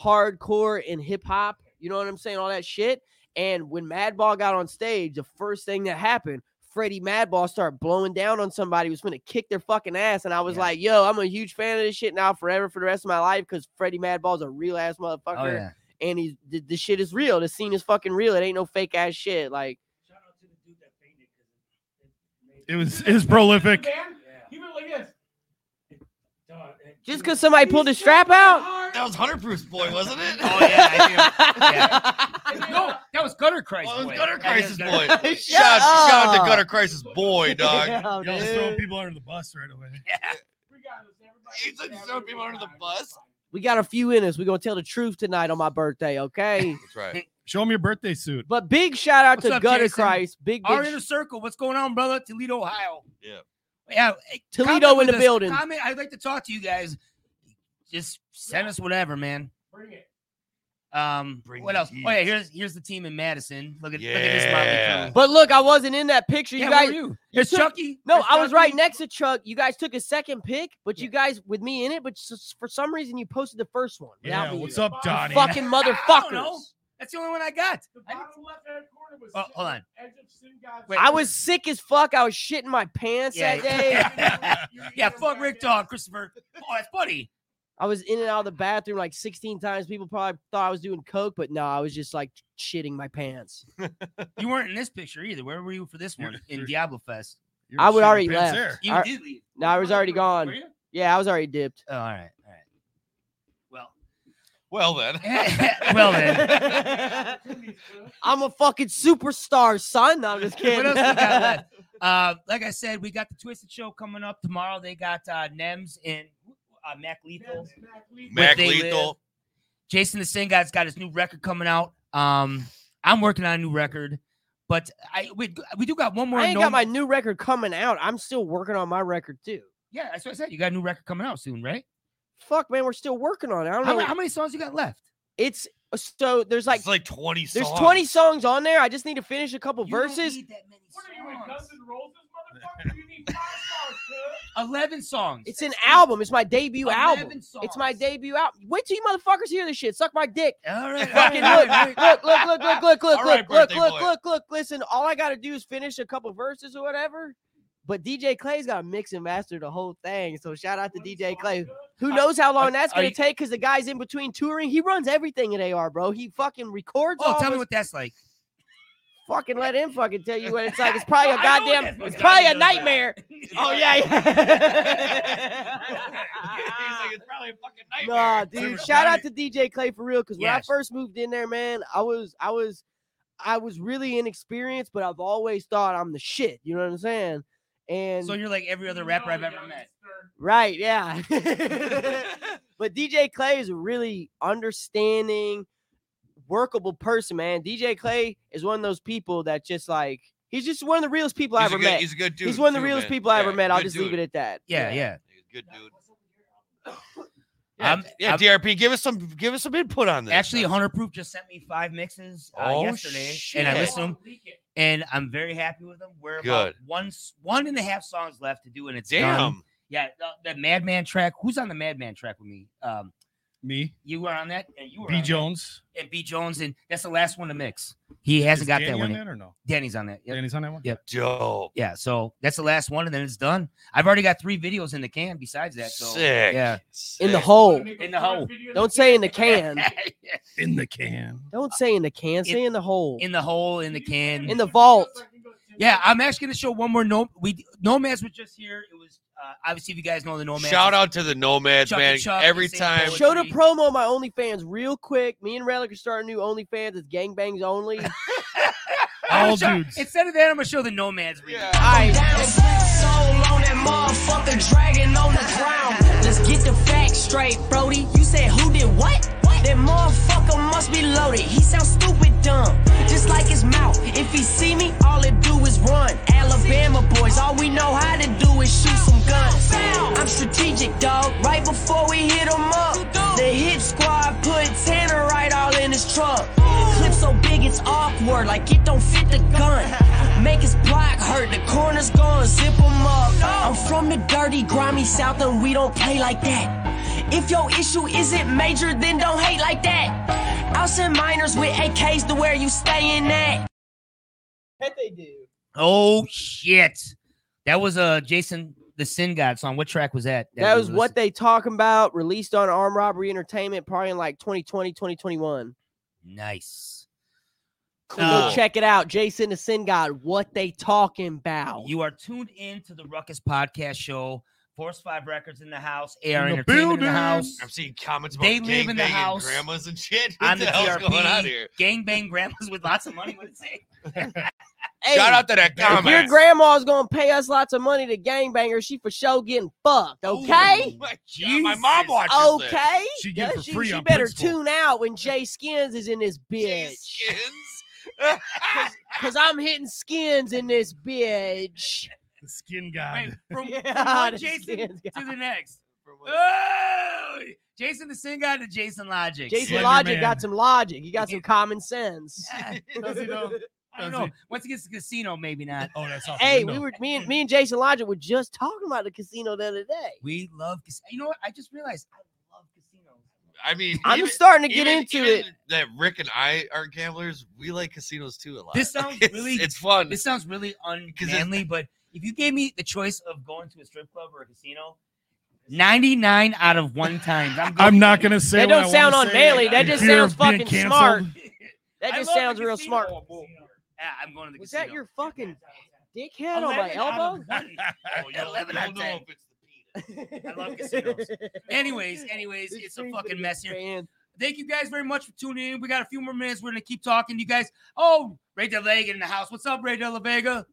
hardcore and hip hop. You know what I'm saying? All that shit. And when Madball got on stage, the first thing that happened, Freddie Madball started blowing down on somebody who was gonna kick their fucking ass. And I was
Yeah.
like, yo, I'm a huge fan of this shit now forever for the rest of my life because Freddie Madball's a real ass motherfucker.
Oh yeah.
And he's the, the shit is real. The scene is fucking real. It ain't no fake ass shit. Like
It was it was prolific.
Mm.
just cause somebody pulled the strap out.
[laughs]
That was Hunter Bruce boy, wasn't it?
Oh
[laughs]
yeah. I
[laughs]
think- no, that was Gutter Crisis.
Well, it was
boy.
Gutter
That is
Crisis
Gutter [laughs]
boy.
Crisis.
Shut
Shout, shout out
up.
to Gutter Crisis
[laughs]
boy, dog.
[laughs]
Yeah,
Y'all was
dude.
throwing people under the bus right away.
You took some people under the bus.
We got a few in us. We're gonna tell the truth tonight on my birthday,
[laughs]
okay?
That's right.
Show him your birthday suit.
but big shout out
What's
to
up,
Gutter
Jason?
Christ. Big
Our
big
inner
sh-
circle. What's going on, brother? Toledo, Ohio.
Yeah.
Yeah. hey,
Toledo
comment
in the
with us.
building.
Comment. I'd like to talk to you guys. Just send us whatever, man. Um,
Bring
what
the
else? Oh yeah,
heat.
here's here's the team in Madison. Look at look at this motley
Yeah.
crew.
but look, I wasn't in that picture. You
Yeah, where
guys
were you? There's
took-
Chucky.
No,
There's
I was
Chucky.
right next to Chuck. You guys took a second pick, but
Yeah.
you guys with me in it, but s- for some reason you posted the first one without
Yeah,
me.
what's up, Donnie? [laughs]
Fucking
[laughs] I don't know.
motherfuckers.
That's the only one I got. I didn't- Oh, hold on. Wait.
I was sick as fuck. I was shitting my pants that day.
[laughs] yeah. yeah, fuck Rick Dog, Christopher. Oh, that's funny.
I was in and out of the bathroom like 16 times. People probably thought I was doing coke, but no, I was just like shitting my pants.
You weren't in this picture either. Where were you for this one?
[laughs]
In Diablo Fest.
You were
I would
shitting
already
pants
left.
there.
You
All right.
did leave.
No, I was already
Were
gone.
you?
Yeah, I was already dipped.
Oh, all right. All right. Well,
Well then.
[laughs] well then.
I'm a fucking superstar, son. No, I'm just kidding.
[laughs] What else we
[laughs]
got left? Uh, like I said, we got the Twisted Show coming up tomorrow. They got uh, Nems and uh, Mac Lethal.
Mac
They
Lethal.
Jason the Sin God's got his new record coming out. Um, I'm working on a new record, but I we, we do got one more.
I ain't
known-
got my new record coming out. I'm still working on my record too.
yeah, that's what I said. You got a new record coming out soon, right?
Fuck, man, we're still working on it. I don't
How,
know.
ma- how many songs you got left?
it's uh, so there's [laughs] like
it's like 20 songs.
there's 20 songs on there. I just need to finish a couple
You don't
verses.
need that many songs. Eleven songs.
It's an album. It's my debut
11
album. It's
songs.
my debut album. Wait till you motherfuckers hear this shit. Suck my dick.
All [laughs] right,
Fucking
all
look,
right, all right.
look, look, look, look, look, look,
All right,
look, look,
birthday
look,
boy.
look, look. Listen, all I gotta do is finish a couple verses or whatever. But DJ Clay's got to mix and master the whole thing. So shout out to DJ Clay. Who knows how long
are-
that's
are
gonna
you-
take? Because the guy's in between touring. He runs everything at AR, bro. He fucking records.
Oh,
all
tell me
his-
what that's like.
Fucking let him fucking tell you what it's like. It's probably a
I know what that's
goddamn.
like.
It's probably a
He does that.
nightmare. Oh yeah. [laughs]
He's
yeah.
like, it's probably a fucking nightmare.
Nah,
Never
dude. Shout out
tried
to DJ Clay for real. Cause when
Yes.
I first moved in there, man, I was I was I was really inexperienced, but I've always thought I'm the shit. You know what I'm saying? And
So you're like every other rapper I've ever met.
right,
[laughs]
yeah. [laughs] but DJ Clay is really understanding, workable person, man. DJ Clay is one of those people that just like he's just one of the realest people I
He's a
ever
good-
met.
he's a good dude
He's one of the
too,
realest
man.
people I
Yeah,
ever
he's a
met. I'll
good
just leave
dude.
it at that.
Yeah, yeah.
Good dude. Yeah,
I'm-
yeah
I'm-
DRP, give us some give us some input on this.
Actually, 100 Proof just sent me five mixes uh,
Oh,
yesterday, and I
shit.
listened to them, and I'm very happy with them. We're
Good.
about one s- one and a half songs left to do, and it's
damn.
done. Yeah, the, that Madman track. Who's on the Madman track with me? Um,
Me,
you were on that, and you were
B
on that,
Jones.
and B Jones, and that's the last one to mix. He hasn't
Is
got
Danny
that one.
on
yet.
that or no?
Danny's on that. Yep.
Danny's on that one.
Yeah.
Dope.
Yeah, so that's the last one, and then it's done. I've already got three videos in the can besides that. So
Sick.
Yeah,
In the
Sick.
hole.
in the hole, [laughs]
Don't say in the can.
In the can.
Don't say in the can. Say
In-
in the hole.
in the hole, in the can,
In the vault.
Yeah, I'm actually gonna show one more. No, we Nomads were just here. It was uh, obviously if you guys know the Nomads.
Shout out to the Nomads,
Chuck E. and
man.
Chuck, E.
Every
St.
time.
Paul.
Show the
Three.
promo my OnlyFans real quick. Me and Relic are starting new OnlyFans. It's
[laughs]
gangbangs only.
I'm gonna
All
show-
dudes.
Instead of that, I'm gonna show the Nomads. video.
Yeah.
I
on that motherfucker dragging on the ground. Let's get the facts straight, Brody. You said who did what? That motherfucker must be loaded. He sounds stupid dumb, just like his mouth. If he see me, all it do is run. Alabama boys, all we know how to do is shoot some guns. I'm strategic, dog. Right before we hit 'em up, the hit squad put Tanner right all in his truck. Clip so big it's awkward, like it don't fit the gun. Make his block hurt, the corners gone, zip 'em up. I'm from the dirty, grimy south, and we don't play like that. If your issue isn't major, then don't hate like that. I'll send minors with AKs to where you staying at.
bet they do.
Oh shit, that was uh Jason the Sin God song. What track was that?
That
we
was what
listened-
they talking about. Released on Arm Robbery Entertainment, probably in like 2020, 2021.
Nice.
Cool.
Oh.
Uh,
check it out. Jason the Sin God. What they talking about?
You are tuned in to the Ruckus Podcast Show. Force Five Records in the house. AR
In the
Entertainment in the
building.
house.
I'm seeing comments about
They live in the
gangbanging
house.
grandmas and shit. [laughs] What
I'm the
the hell's going on
TRP.
here?
Gangbang grandmas with lots of money. What it say?
Hey,
Shout out to that
if your
comment.
grandma's gonna pay us lots of money to gangbanger, she for sure getting fucked. Okay.
oh my, God, my mom
Jesus.
watches this. [laughs]
Okay.
She get for
she,
free
she
on
better
principle.
tune out when Jay Skins is in this
Jeez, [laughs]
bitch.
Skins.
Cause I'm hitting skins in this bitch.
The skin guy.
Wait, from, from
[laughs] Yeah,
one
the
Jason
Sin
to the next.
From what-
Oh, Jason the Sin God to Jason Logic.
Jason
Slender
Logic
Man.
got some logic. He got some common sense.
I
Does he know?
don't
Does he?
know. Once he gets to the casino, maybe not.
Oh, that's
[laughs]
off the
Hey, we
window.
were me and me and Jason Logic were just talking about the casino the other day.
We love cas- You know what? I just realized I love casinos.
I mean,
I'm
even-
starting to get
even-
into
even
it.
That Rick and I are gamblers. We like casinos too a lot.
This sounds
[laughs] It's-
really-
It's fun.
This sounds really unmanly, but if you gave me the choice of going to a strip club or a casino, 99 out of one
[laughs]
times, I'm,
I'm
going-
not gonna say.
That
what I
don't
wanna
sound
say.
unmanly. That just
Fear
sounds
of being
fucking
canceled.
smart. That
I
just
love the
sounds real
casino.
smart.
Yeah, I'm going to the
Was
casino.
that your fucking dickhead on my
11 out of
elbow? [laughs]
100. Oh, you'll-
Eleven
you'll
out of ten.
know I love casinos.
[laughs]
[laughs] Anyways, anyways, it's a fucking mess here. Thank you guys very much for tuning in. We got a few more minutes. We're gonna keep talking to you guys. Oh, Ray De La Vega in the house. What's up, Ray De La Vega?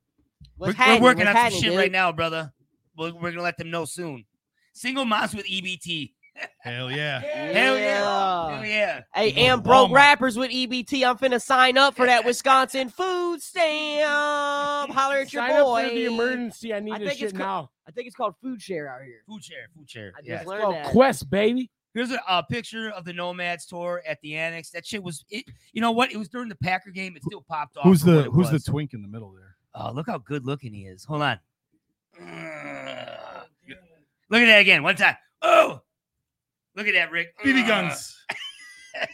We're,
we're working on some shit right now, brother. We're, we're gonna let them know soon. Single moms with EBT.
[laughs] Hell yeah.
Hell yeah. Hell yeah.
Hey, and broke rappers with EBT. I'm finna sign up for that
[laughs]
Wisconsin food stamp. Holler at your
Sign
boy.
up for the emergency. I need
I
this
think
shit
it's co-
now.
I think it's called food share out here.
Food share, food share.
I just
Yeah.
learned
Oh,
that.
Quest, baby.
Here's a, a picture of the Nomads tour at the Annex. That shit was it. You know what? It was during the Packer game. It still popped off.
Who's
for
the
what it
Who's the
was.
twink in the middle there?
Oh, look how good looking he is. Hold on. Look at that again. One time. Oh, look at that, Rick.
BB guns.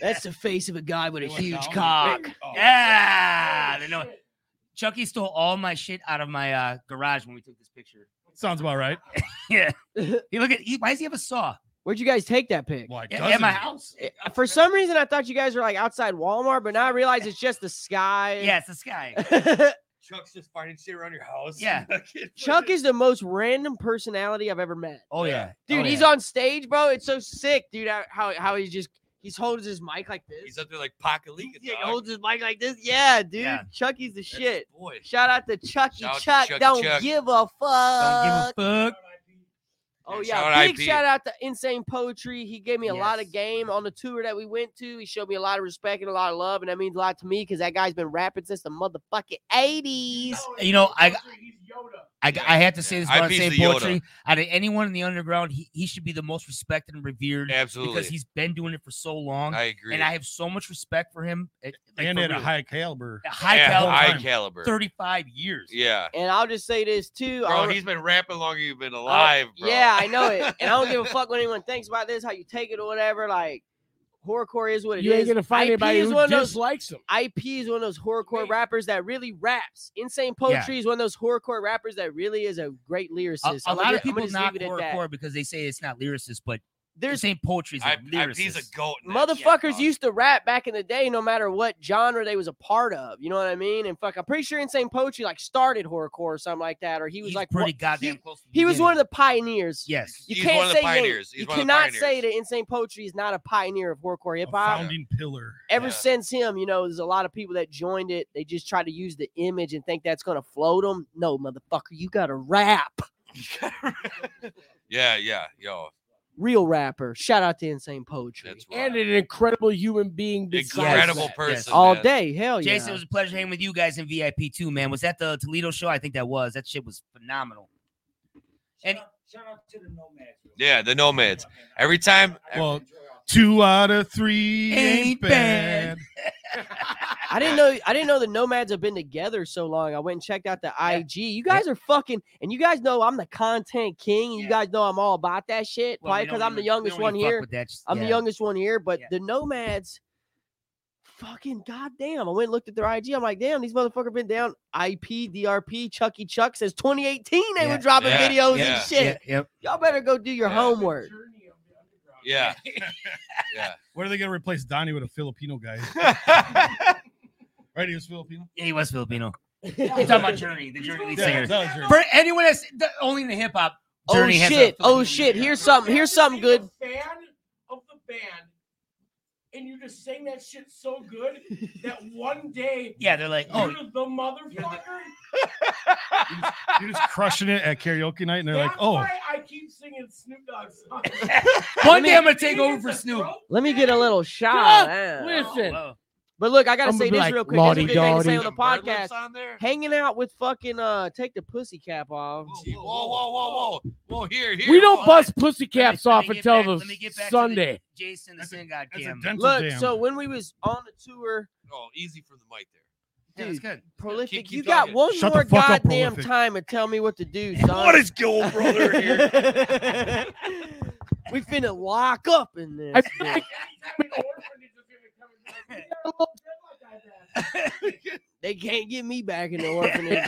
That's the face of a guy with a
Going
huge
down.
cock.
Yeah. The no- Chucky stole all my shit out of my uh, garage when we took this picture.
Sounds about right.
Yeah. He look at. He, why does he have a saw
Where'd you guys take that pic?
Why
at,
doesn't
at my
he?
house?
Eh, For some reason, I thought you guys were like outside Walmart, but now I realize it's just the sky.
Yeah, it's this guy.
Chuck's just finding shit around your house. [laughs]
Yeah.
[laughs] Chuck is the most random personality I've ever met.
Oh yeah,
Dude,
Oh,
he's
yeah.
on stage, bro. It's so sick, dude. How how, how he's just he's holding his mic like this.
He's up there like pocket leaking.
yeah, he holds his mic like this. Yeah, dude.
Yeah.
Chucky's the shit.
Boy.
Shout out to Chucky
Shout out to
Chuck.
Chucky
Don't
Chuck.
give a fuck.
Don't give a fuck.
Oh
Shout
yeah,
out
big
IP.
shout out to Insane Poetry. He gave me a lot of
Yes.
game on the tour that we went to. He showed me a lot of respect and a lot of love, and that means a lot to me because that guy's been rapping since the motherfucking eighties.
You know, I I, I have to say this
Yeah,
about
IP's
Insane
the Yoda.
Poetry. Out of anyone in the underground, he, he should be the most respected and revered
Absolutely.
because he's been doing it for so long.
I agree.
and I have so much respect for him. it- like,
and
for
at a
real.
high caliber.
A high
yeah,
caliber,
high
time.
caliber.
35 years.
Yeah.
And I'll just say this too. I
Bro,
don't-
he's been rapping longer than you've been alive, bro.
Yeah, I know it. And I don't
[laughs]
give a fuck what anyone thinks about this, how you take it or whatever. Like, horrorcore is what it is.
You ain't gonna find
IP
anybody
is one
who
of those.
dislikes him.
IP is one of those horrorcore rappers that really raps. Insane Poetry is one of those horrorcore rappers that really is a great
A,
lyricist.
a
I'm gonna-
lot
I'm
of
gonna
people
just
knock
leave it at that.
horrorcore because they say it's not lyricist, but
There's
Insane Poetry is a
I, I,
lyricist.
he's a goat. in that shit,
motherfuckers
dog.
used to rap back in the day, no matter what genre they was a part of. You know what I mean? And fuck, I'm pretty sure Insane Poetry like started horrorcore or something like that, or he was
He's
like
pretty
one-
goddamn
He,
close. to the
he was one of
beginning.
the pioneers.
yes.
You
He's
can't
one of the
say he ain't-
pioneers. He's
you
one of the
cannot say
pioneers. Oh,
that Insane Poetry is not a pioneer of horrorcore
A
hip hop.
founding pillar.
Ever
Yeah.
since him, you know, there's a lot of people that joined it. They just try to use the image and think that's gonna float them. No, motherfucker, you gotta rap.
yeah, yeah, yo,
Real rapper. Shout out to Insane Poetry.
that's right.
And an incredible human being. besides
incredible
that.
person.
all
man.
day. Hell yeah.
Jason, it was a pleasure hanging with you guys in VIP too, man. Was that the Toledo show? I think that was. That shit was phenomenal. And shout out to the Nomads.
Yeah, the nomads. Every time,
Well, two out of three ain't,
Ain't
bad.
bad.
I didn't know I didn't know the nomads have been together so long. I went and checked out the IG. You guys are fucking and you guys know I'm the content king. and You
Yeah.
guys know I'm all about that shit.
Well,
Probably
we don't
because I'm the
even- we
youngest
don't
one
even fuck
here.
with that sh-
I'm
yeah.
the youngest one here, but
Yeah.
the nomads fucking goddamn. I went and looked at their IG. I'm like, damn, these motherfuckers been down. IP DRP Chucky Chuck says 2018 they
Yeah.
were dropping
Yeah.
videos
Yeah.
and shit.
Yeah, yep.
Y'all better go do your
Yeah.
homework.
[laughs] yeah, yeah.
What are they gonna replace Donnie with a Filipino [laughs] guy? Right, he was Filipino.
Yeah, he was Filipino. I'm talking about Journey, the Journey lead
Yeah,
singer.
that was your-
For anyone that's the- only in the hip hop,
Oh
Journey has a
shit. Oh
Filipino
shit.
lead
Here's
singer.
something. Here's something good.
fan of the band, and you just sang that shit so good that one day
Yeah, they're like, [laughs] oh,
you're the motherfucker.
You're just crushing it at karaoke night, and they're like,
That's
"Oh,
why I keep singing Snoop Dogg songs.
[laughs] one day I'm gonna take over for Snoop.
Let me get a little shot. man.
Listen,
Whoa.
But look, I gotta
I'ma
say
be
this
like,
real quick. That's a
"Lordy
good thing to say
dolly."
on the
Some bird lips
podcast.
on there.
Hanging out with fucking uh, take the pussy cap off.
Oh,
Whoa, whoa, whoa, whoa, whoa, whoa! Here, here.
we don't
whoa.
bust pussy caps
Let
off
me- let me get
until
back-
the
let me get back to the- [laughs]
Sunday.
Jason, the
That's a-
sin
that's a
goddamn.
dental
Look,
dam."
so when we was on the tour,
Oh, easy for the mic there.
Yeah, that's
dude,
good.
prolific,
keep
you
talking.
got one
Shut the
more
fuck up,
goddamn
Prolific.
time to tell me what to do, son.
go,
[laughs]
[laughs] we finna lock up in this.
I
bitch. [laughs] They can't get me back in the orphanage.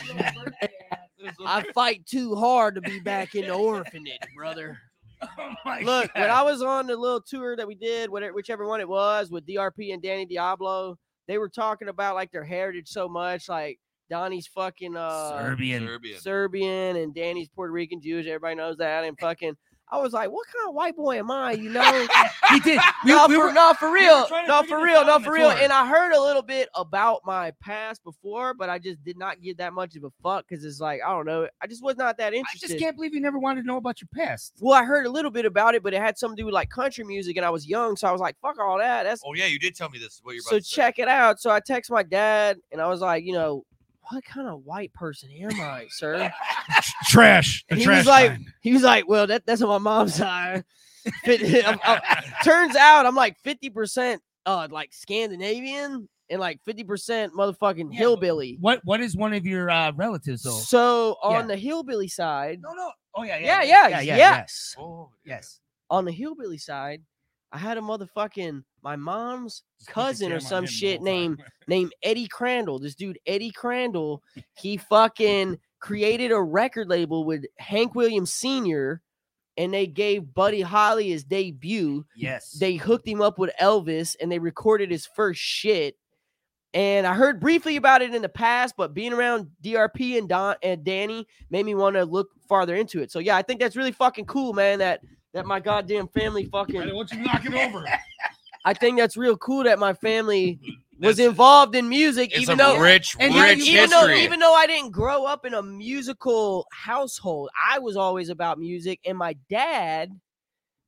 I fight too hard to be back in the orphanage, brother.
Oh my
Look, when
God.
I was on the little tour that we did, whatever, whichever one it was, with DRP and Danny Diablo, they were talking about like their heritage so much, like Donnie's fucking uh,
Serbian.
Serbian.
Serbian and Danny's Puerto Rican Jewish. Everybody knows that.
[laughs]
And fucking, I was like, what kind of white boy am I? You know,
he [laughs] did. We,
no,
we
for,
were,
no, for real,
trying to
no,
figure
for
this
real,
out
no,
on the
for real.
tour.
And I heard a little bit about my past before, but I just did not give that much of a fuck because it's like I don't know, I just was not that
I
interested.
just can't believe you never wanted to know about your past.
Well, I heard a little bit about it, but it had something to do with like country music, and I was young, so I was like, "Fuck all that." That's
Oh yeah, you did tell me this. What you're about
so
to say.
check it out. So I text my dad, and I was like, you know, what kind of white person am I, sir?
trash." The
And he
trash
was like,
line.
he was like, well, that, that's on my mom's [laughs] side. Fit- I'm- I'm- turns out I'm like 50% uh like Scandinavian and like 50% motherfucking
Yeah, but-
hillbilly.
What What is one of your uh, relatives
So,
though?
on
yeah.
the hillbilly side,
No, no. Oh yeah,
yeah, yeah,
yeah,
yes.
Oh, yeah.
yes.
On the hillbilly side, I had a motherfucking my mom's
Just put the
cousin
cam
or
on him
some
the
shit
whole time. [laughs]
named named Eddie Crandall. This dude, Eddie Crandall, he fucking created a record label with Hank Williams Sr. and they gave Buddy Holly his debut.
Yes.
They hooked him up with Elvis and they recorded his first shit. And I heard briefly about it in the past, but being around DRP and Don and Danny made me want to look farther into it. So yeah, I think that's really fucking cool, man. That that my goddamn family fucking [laughs]
Why don't you knock it over?
I think that's real cool that my family was involved in music,
It's
even
a
though
rich,
and even-
rich
even though,
history.
even though I didn't grow up in a musical household, I was always about music, and my dad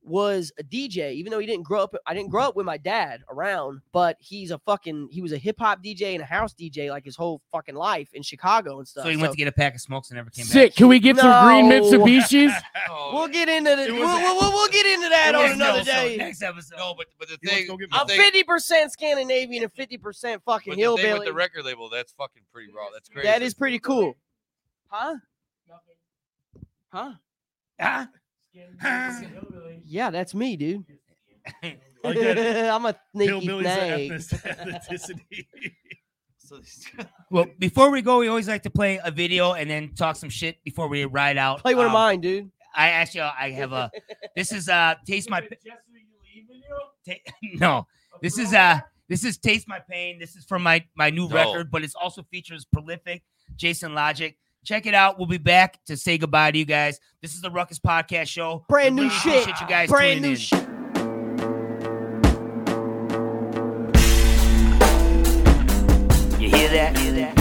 was a DJ. Even though he didn't grow up, I didn't grow up with my dad around, but he's a fucking he was a hip hop DJ and a house DJ like his whole fucking life in Chicago and stuff.
So he went to get a pack of smokes and never came back.
Sick. Can we get some green
No.
Mitsubishis?
Oh,
We'll get into the,
was-
we'll, we'll, we'll, we'll get into
It
that on
was
another
no, so
day.
next episode.
No, but but the thing, the
I'm
thing-
fifty percent Scandinavian and fifty percent fucking
but the thing with
hillbilly.
the record label, that's fucking pretty raw. That's crazy.
That is pretty cool, huh? Huh?
Huh?
Yeah, that's me, dude.
[laughs] Like
[laughs]
that.
I'm a sneaky
Hillbilly's an
snake.
ethnic- [laughs] ethnicity.
Well, before we go, we always like to play a video and then talk some shit before we ride out.
Play one of
Um,
mine, dude.
I actually, I have a. This is uh, taste my. Ta- [laughs] no, this is uh, this is taste my pain. This is from my my new
No.
record, but it's also features prolific Jason Logic. Check it out. We'll be back to say goodbye to you guys. This is the Ruckus Podcast Show.
Brand
We
new
really
shit.
appreciate You guys
Brand
tuning
new
in.
shit.
You hear that?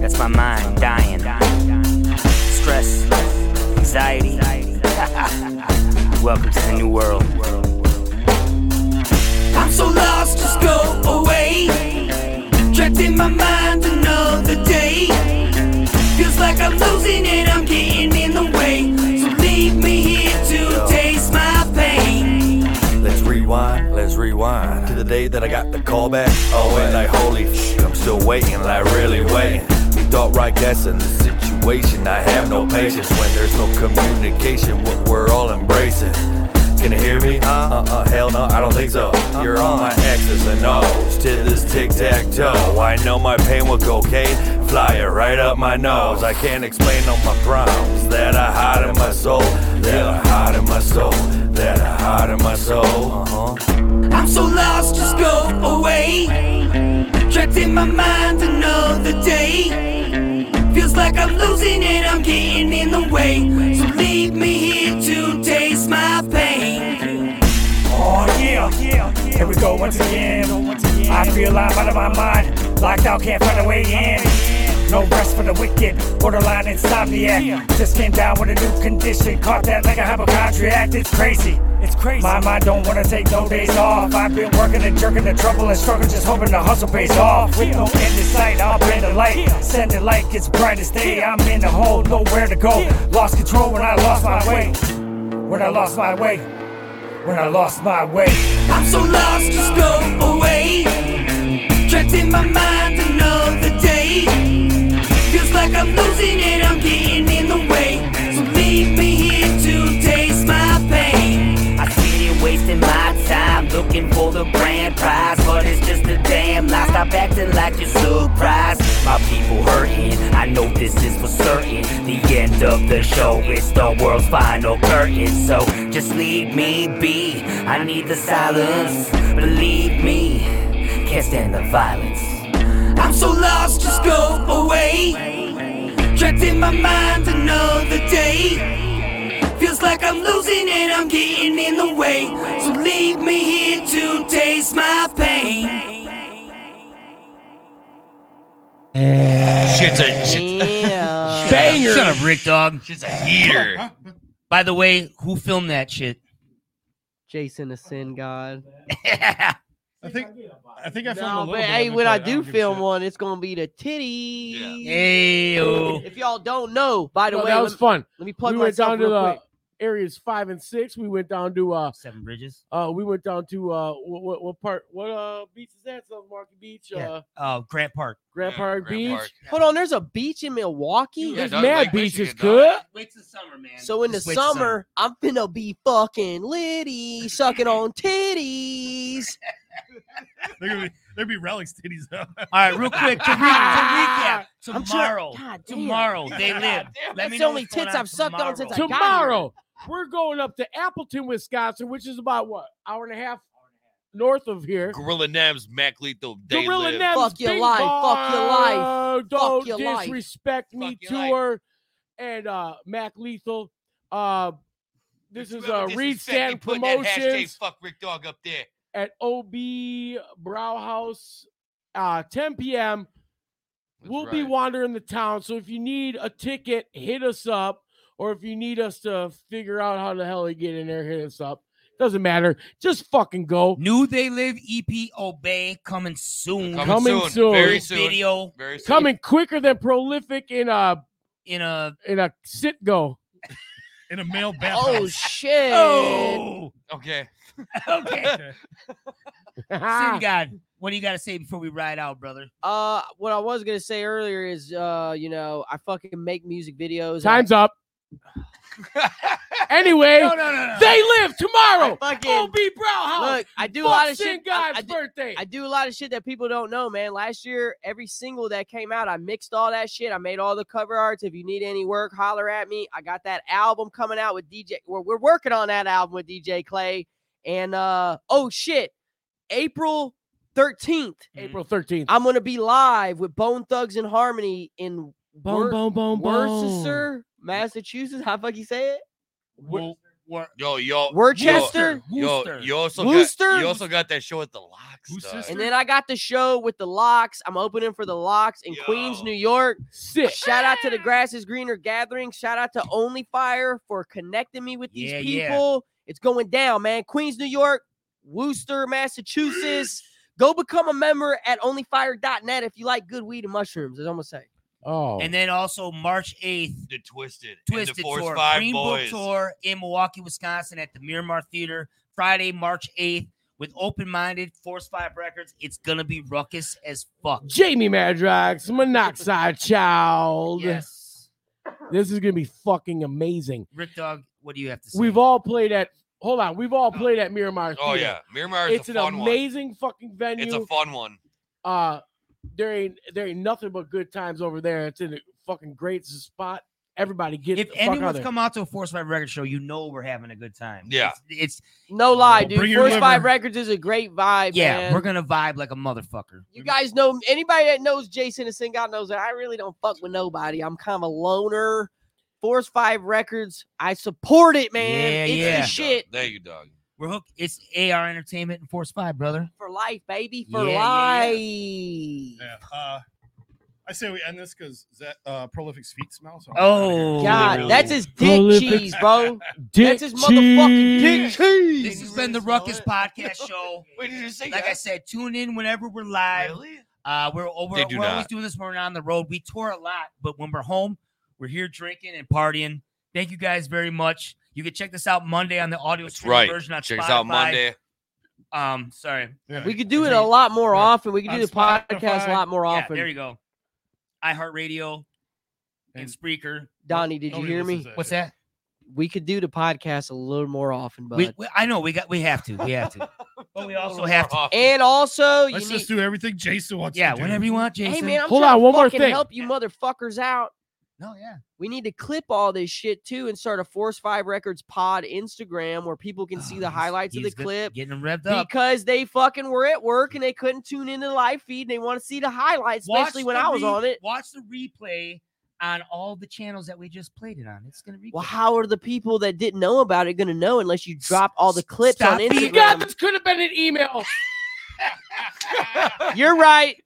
That's my mind dying. Stress, anxiety. [laughs] Welcome to the new world.
I'm so lost, just go away. Trapped in my mind another day. Feels like I'm losing it, I'm getting in the way. So leave me here to taste my pain.
Let's rewind, let's rewind to the day that I got the call back. Oh, and like, holy shit, I'm still waiting, like, really waiting. We thought right guessing the situation. I have no patience when there's no communication, what we're all embracing. Can you hear me? Uh, uh, uh, hell no, I don't think so. You're on my X's and O's to this tic tac toe. I know my pain with cocaine, fly it right up my nose. I can't explain all my problems that I hide in my soul, that I hide in my soul, that I hide in my soul. Uh
Uh-huh.
huh.
I'm so lost, just go away. Trapped in my mind another day. Feels like I'm losing it, I'm getting in the way. So leave me here to taste my pain.
Oh yeah, here we go once again. I feel alive out of my mind, locked out, can't find a way in. No rest for the wicked, borderline insomniac. Just came down with a new condition, caught that like a hypochondriac. It's crazy, it's crazy. My mind don't wanna take no days off. I've been working and jerking the trouble and struggle, just hoping the hustle pays off. With no end in sight, I'll bend the light, send it like it's bright as day. I'm in the hole, nowhere to go. Lost control when I lost my way. When I lost my way. When I lost my way.
I'm so lost, just go away. Trapped in my mind another day. Feels like I'm losing it, I'm getting in the way. So leave me here to taste my pain.
I sit here wasting my time looking for the grand prize, but it's just a damn lie. Stop acting like you're surprised. My people hurting, I know this is for certain. The end of the show, it's the world's final curtain. So just leave me be. I need the silence. Believe me, can't stand the violence.
I'm so lost, just go away. Trapped in my mind another day. Feels like I'm losing it, I'm getting in the way. So leave me here to taste my pain.
Shit's a
yeah.
Banger. Shut up, Rick Dog.
Shit's a heater.
By the way, who filmed that shit? [laughs]
Jason the Sin God.
I think I think I filmed a
No,
little
but
bit.
hey,
of it,
when
but
I
don't
do
give a
film
shit.
one, it's gonna be the titty.
Ayo.
If y'all don't know, by the
No,
way,
Oh, that
let
was
me-
fun.
Let me plug
we went
myself
down
real
to
quick.
the areas five and six. We went down to uh
Seven Bridges.
Uh, we went down to uh, what, what, what part? What uh beach is that? South Market Beach. Uh,
Uh, Grant Park.
Grand Park Beach.
Hold on, there's a beach in Milwaukee.
There's mad beaches, good.
Wait till summer, man.
So in the
Just wait
[laughs]
till
summer, I'm finna be fucking litty, sucking on
[laughs]
titties.
They're gonna be- There'd be relics titties up. All
right, real quick to,
[laughs]
re- to recap.
I'm trying-
Tomorrow,
God damn.
tomorrow [laughs] they
God
live.
damn,
Let me
that's
know
the only
what's going
tits
on
I've sucked on since I
tomorrow.
got here. Tomorrow. We're going up to Appleton, Wisconsin, which is about what hour and a half north of here.
Gorilla Nems, Mac Lethal, they
Gorilla
live.
Nems,
Fuck your
Big
life, fuck your life,
Bar,
fuck
Don't
your life.
disrespect me,
your life.
tour, and uh, Mac Lethal. Uh, this is a uh, Reed Stand
Put that hashtag
Promotions.
fuck Rick Dog up there.
at OB Browhouse, uh, 10 p.m. we'll be
right.
wandering the town. So if you need a ticket, hit us up. Or if you need us to figure out how the hell to get in there, hit us up. Doesn't matter. Just fucking go.
New They Live E EP Obey coming soon.
Coming, soon.
Very soon. Video. Very soon.
Coming quicker than prolific in a
in a
in a sit go.
in a male bathroom.
[laughs] Oh shit.
Oh.
Okay.
okay.
[laughs]
Ah.
Sin God, what do you got to say before we ride out, brother?
Uh, what I was gonna say earlier is, uh, you know, I fucking make music videos.
Time's
I- [laughs]
up. anyway,
[laughs] No, no, no, no.
they live tomorrow.
I fucking-
OB Browhouse.
Look, I do a
Fuck
lot of
Sin
shit.
God's
I, I do,
birthday.
I do a lot of shit that people don't know, man. Last year, every single that came out, I mixed all that shit. I made all the cover arts. If you need any work, holler at me. I got that album coming out with DJ. We're, we're working on that album with DJ Clay. And uh, oh shit, April 13th.
April 13th.
I'm gonna be live with Bone Thugs and Harmony in
Boom, boom, boom,
Worcester, Massachusetts. How fuck you say it?
Wor- wor-
[laughs] Yo, yo,
Worcester?
Yo, yo,
Worcester.
you also
Worcester?
got you also got that show at the locks. dog.
And then I got the show with the Locks. I'm opening for the Locks in Queens, New York.
Sick.
Shout out to the Grass is Greener Gathering. Shout out to Only Fire for connecting me with these
Yeah, yeah.
people. It's going down, man. Queens, New York, Worcester, Massachusetts. Go become a member at onlyfire.net if you like good weed and mushrooms. Is almost saying.
Oh.
And then also March 8th,
the Twisted,
Twisted
Force
Tour,
Five
Green
Boys.
Book Tour in Milwaukee, Wisconsin at the Miramar Theater, Friday, March 8th, with open minded Force Five Records. It's going to be ruckus as fuck.
Jamie Madrox, Monoxide Child.
Yes.
This is gonna be fucking amazing.
Rick Dog, what do you have to say?
We've all played at. Hold on, we've all played at Miramar.
Oh
Theater.
yeah, Miramar is
it's
a
an
fun
amazing fucking
one.
venue.
It's a fun one.
uh there ain't there ain't nothing but good times over there. It's in a fucking great spot. Everybody get
if
the fuck out
anyone's
there.
come out to a Force Five Record show, you know we're having a good time.
Yeah.
It's, it's
No lie, dude.
bring your
Force Five
liver.
Records is a great vibe.
yeah,
man.
we're going to vibe like a motherfucker.
You guys know anybody that knows Jason and God knows that I really don't fuck with nobody. I'm kind of a loner. Force Five Records, I support it, man.
Yeah,
it's
yeah.
the shit
There you, dog.
We're hooked. It's AR Entertainment and Force Five, brother.
for life, baby, for
Yeah, yeah,
life.
Yeah. Uh, I say we end this because that uh, prolific's feet smell. So I'm
Oh,
outta
God,
here.
that's his dick
Prolific
cheese, bro.
Dick
that's his motherfucking dick
cheese.
cheese.
This has been the Ruckus
[laughs]
Podcast Show.
Wait, did you say
Like I said, tune in whenever we're live. Uh, we're over.
They
We're
do
always
not.
doing this when we're on the road. We tour a lot, but when we're home, we're here drinking and partying. Thank you guys very much. You can check this out Monday on the audio
That's
stream
right.
version on
Check
Spotify.
us out
[laughs]
Monday.
Um, sorry,
Yeah.
We could do it a lot more often. We could do
On
the podcast a
Spotify.
lot more
Uh, yeah,
often.
there you go. iHeartRadio and Spreaker.
Donnie, did you
Nobody
hear
listens
me?
to
What's that?
We could do the podcast a little more often, but
We, we- I know we got. We have to. We
[laughs]
have to. But we
Oh,
also have
Oh,
to.
and also you
Let's
need
just do everything Jason wants.
Yeah,
to do.
whenever you want, Jason.
Hey man, I'm
Hold
trying
on,
to
one more
fucking
thing.
help you motherfuckers out.
No, yeah.
We need to clip all this shit too and start a Force Five Records pod Instagram where people can see
Oh,
the
he's-
highlights of the
he's good-
clip
Getting them revved up.
because they fucking were at work and they couldn't tune into the live feed and they want to see the highlights, especially
Watch
when
the
I was
re-
on it.
Watch the replay on all the channels that we just played it on. It's gonna be
Well,
good.
how are the people that didn't know about it gonna know unless you drop all the clips
stop
on
being-
You got
[laughs]
Instagram?
this could have been an email.
[laughs]
You're right.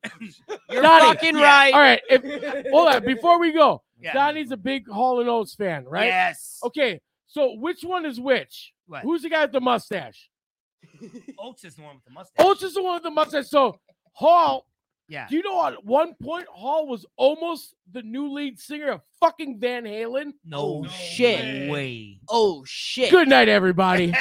You're
Donnie.
fucking
Yeah.
right.
All right, if, hold on. Before we go,
Yeah.
Donnie's a big Hall and Oates fan, right?
Yes.
Okay, so which one is which?
What?
Who's the guy with the mustache?
Oates is the one with the mustache.
Oates is the one with the mustache. So Hall,
yeah.
do you know at one point Hall was almost the new lead singer of fucking Van Halen?
no,
No shit.
way.
Oh shit.
Good night, everybody.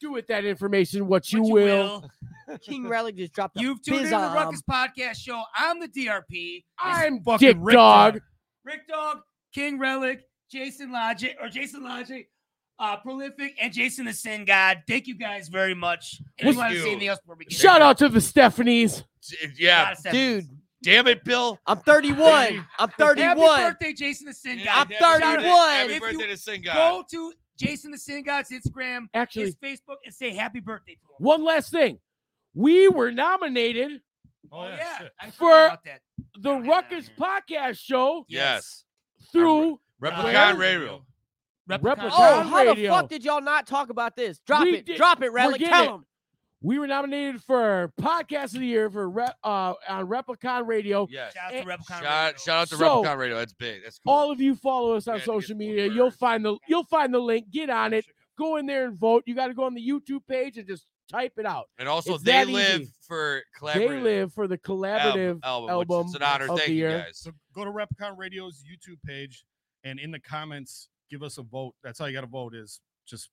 do with that information what you,
What you
will. [laughs] um,
will.
King Relic just dropped a
You've tuned in to the
bizarre.
Ruckus Podcast Show. I'm the DRP.
I'm
fucking
Dick
Rick
Dog.
Rick Dog, King Relic, Jason Logic, or Jason Logic, uh, Prolific, and Jason the Sin God. Thank you guys very much. And
What's-
if you want to
you.
say anything else before we get
Shout out to the Stephanies.
Yeah,
Dude,
damn it, Bill.
I'm 31.
[laughs]
I'm
Happy
31.
birthday, Jason the Sin
Yeah,
God.
I'm
happy birthday-
31.
Happy
If you
birthday to Sin
Go
God.
to Jason the Sin God's Instagram,
Actually,
his Facebook, and say happy birthday to him.
one last thing. We were nominated
Oh, yeah, shit.
I forgot
For-
about that.
the
Oh, yeah,
Ruckus
yeah.
podcast show
Yes.
through
Replicon
Where?
Radio.
Replicon.
Replicon.
Oh, how the
radio.
fuck did y'all not talk about this? Drop
We
it.
did-
Drop it,
we're
Relic.
getting
Tell
it.
them.
We were nominated for podcast of the year for Re- uh, on Replicon Radio.
Yes.
Shout out to Replicon.
Shout, shout out to
So-
Replicon Radio. That's big. That's cool.
All of you follow us on social media. You'll find the you'll find the link. Get on it. Go in there and vote. You got to go on the YouTube page and just type it out.
And also,
It's
they
that
live
easy.
for collaborative.
They live for the collaborative
album,
album.
which is an honor.
of
Thank
the
you,
year.
guys.
So go to Repicon Radio's YouTube page and in the comments, give us a vote. That's how you got to vote is just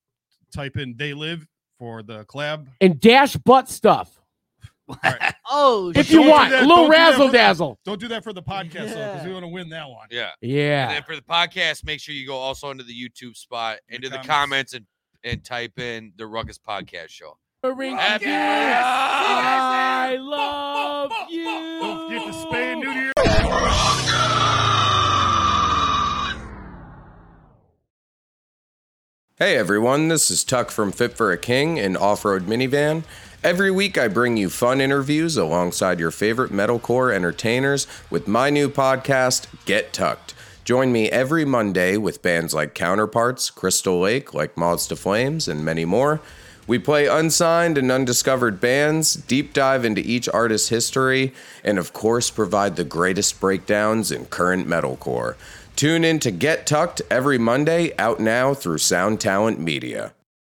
type in "They Live" for the collab.
And dash butt stuff.
[laughs] Oh,
If you
Don't do
want,
that-
a little
don't do that for
razzle
the-
dazzle.
Don't do that for the podcast though, because we want to win that one.
Yeah.
Yeah.
And then for the podcast, make sure you go also into the YouTube spot, into the,
comments.
comments, and and type in the Ruckus Podcast Show.
Rinky
Happy-
Dink, I love you. Don't forget to spay and neuter
Hey everyone, this is Tuck from Fit for a King and Off Road Minivan. Every week I bring you fun interviews alongside your favorite metalcore entertainers with my new podcast, Get Tucked. Join me every Monday with bands like Counterparts, Crystal Lake, like Moths to Flames, and many more. We play unsigned and undiscovered bands, deep dive into each artist's history, and of course, provide the greatest breakdowns in current metalcore. Tune in to Get Tucked every Monday, out now through Sound Talent Media.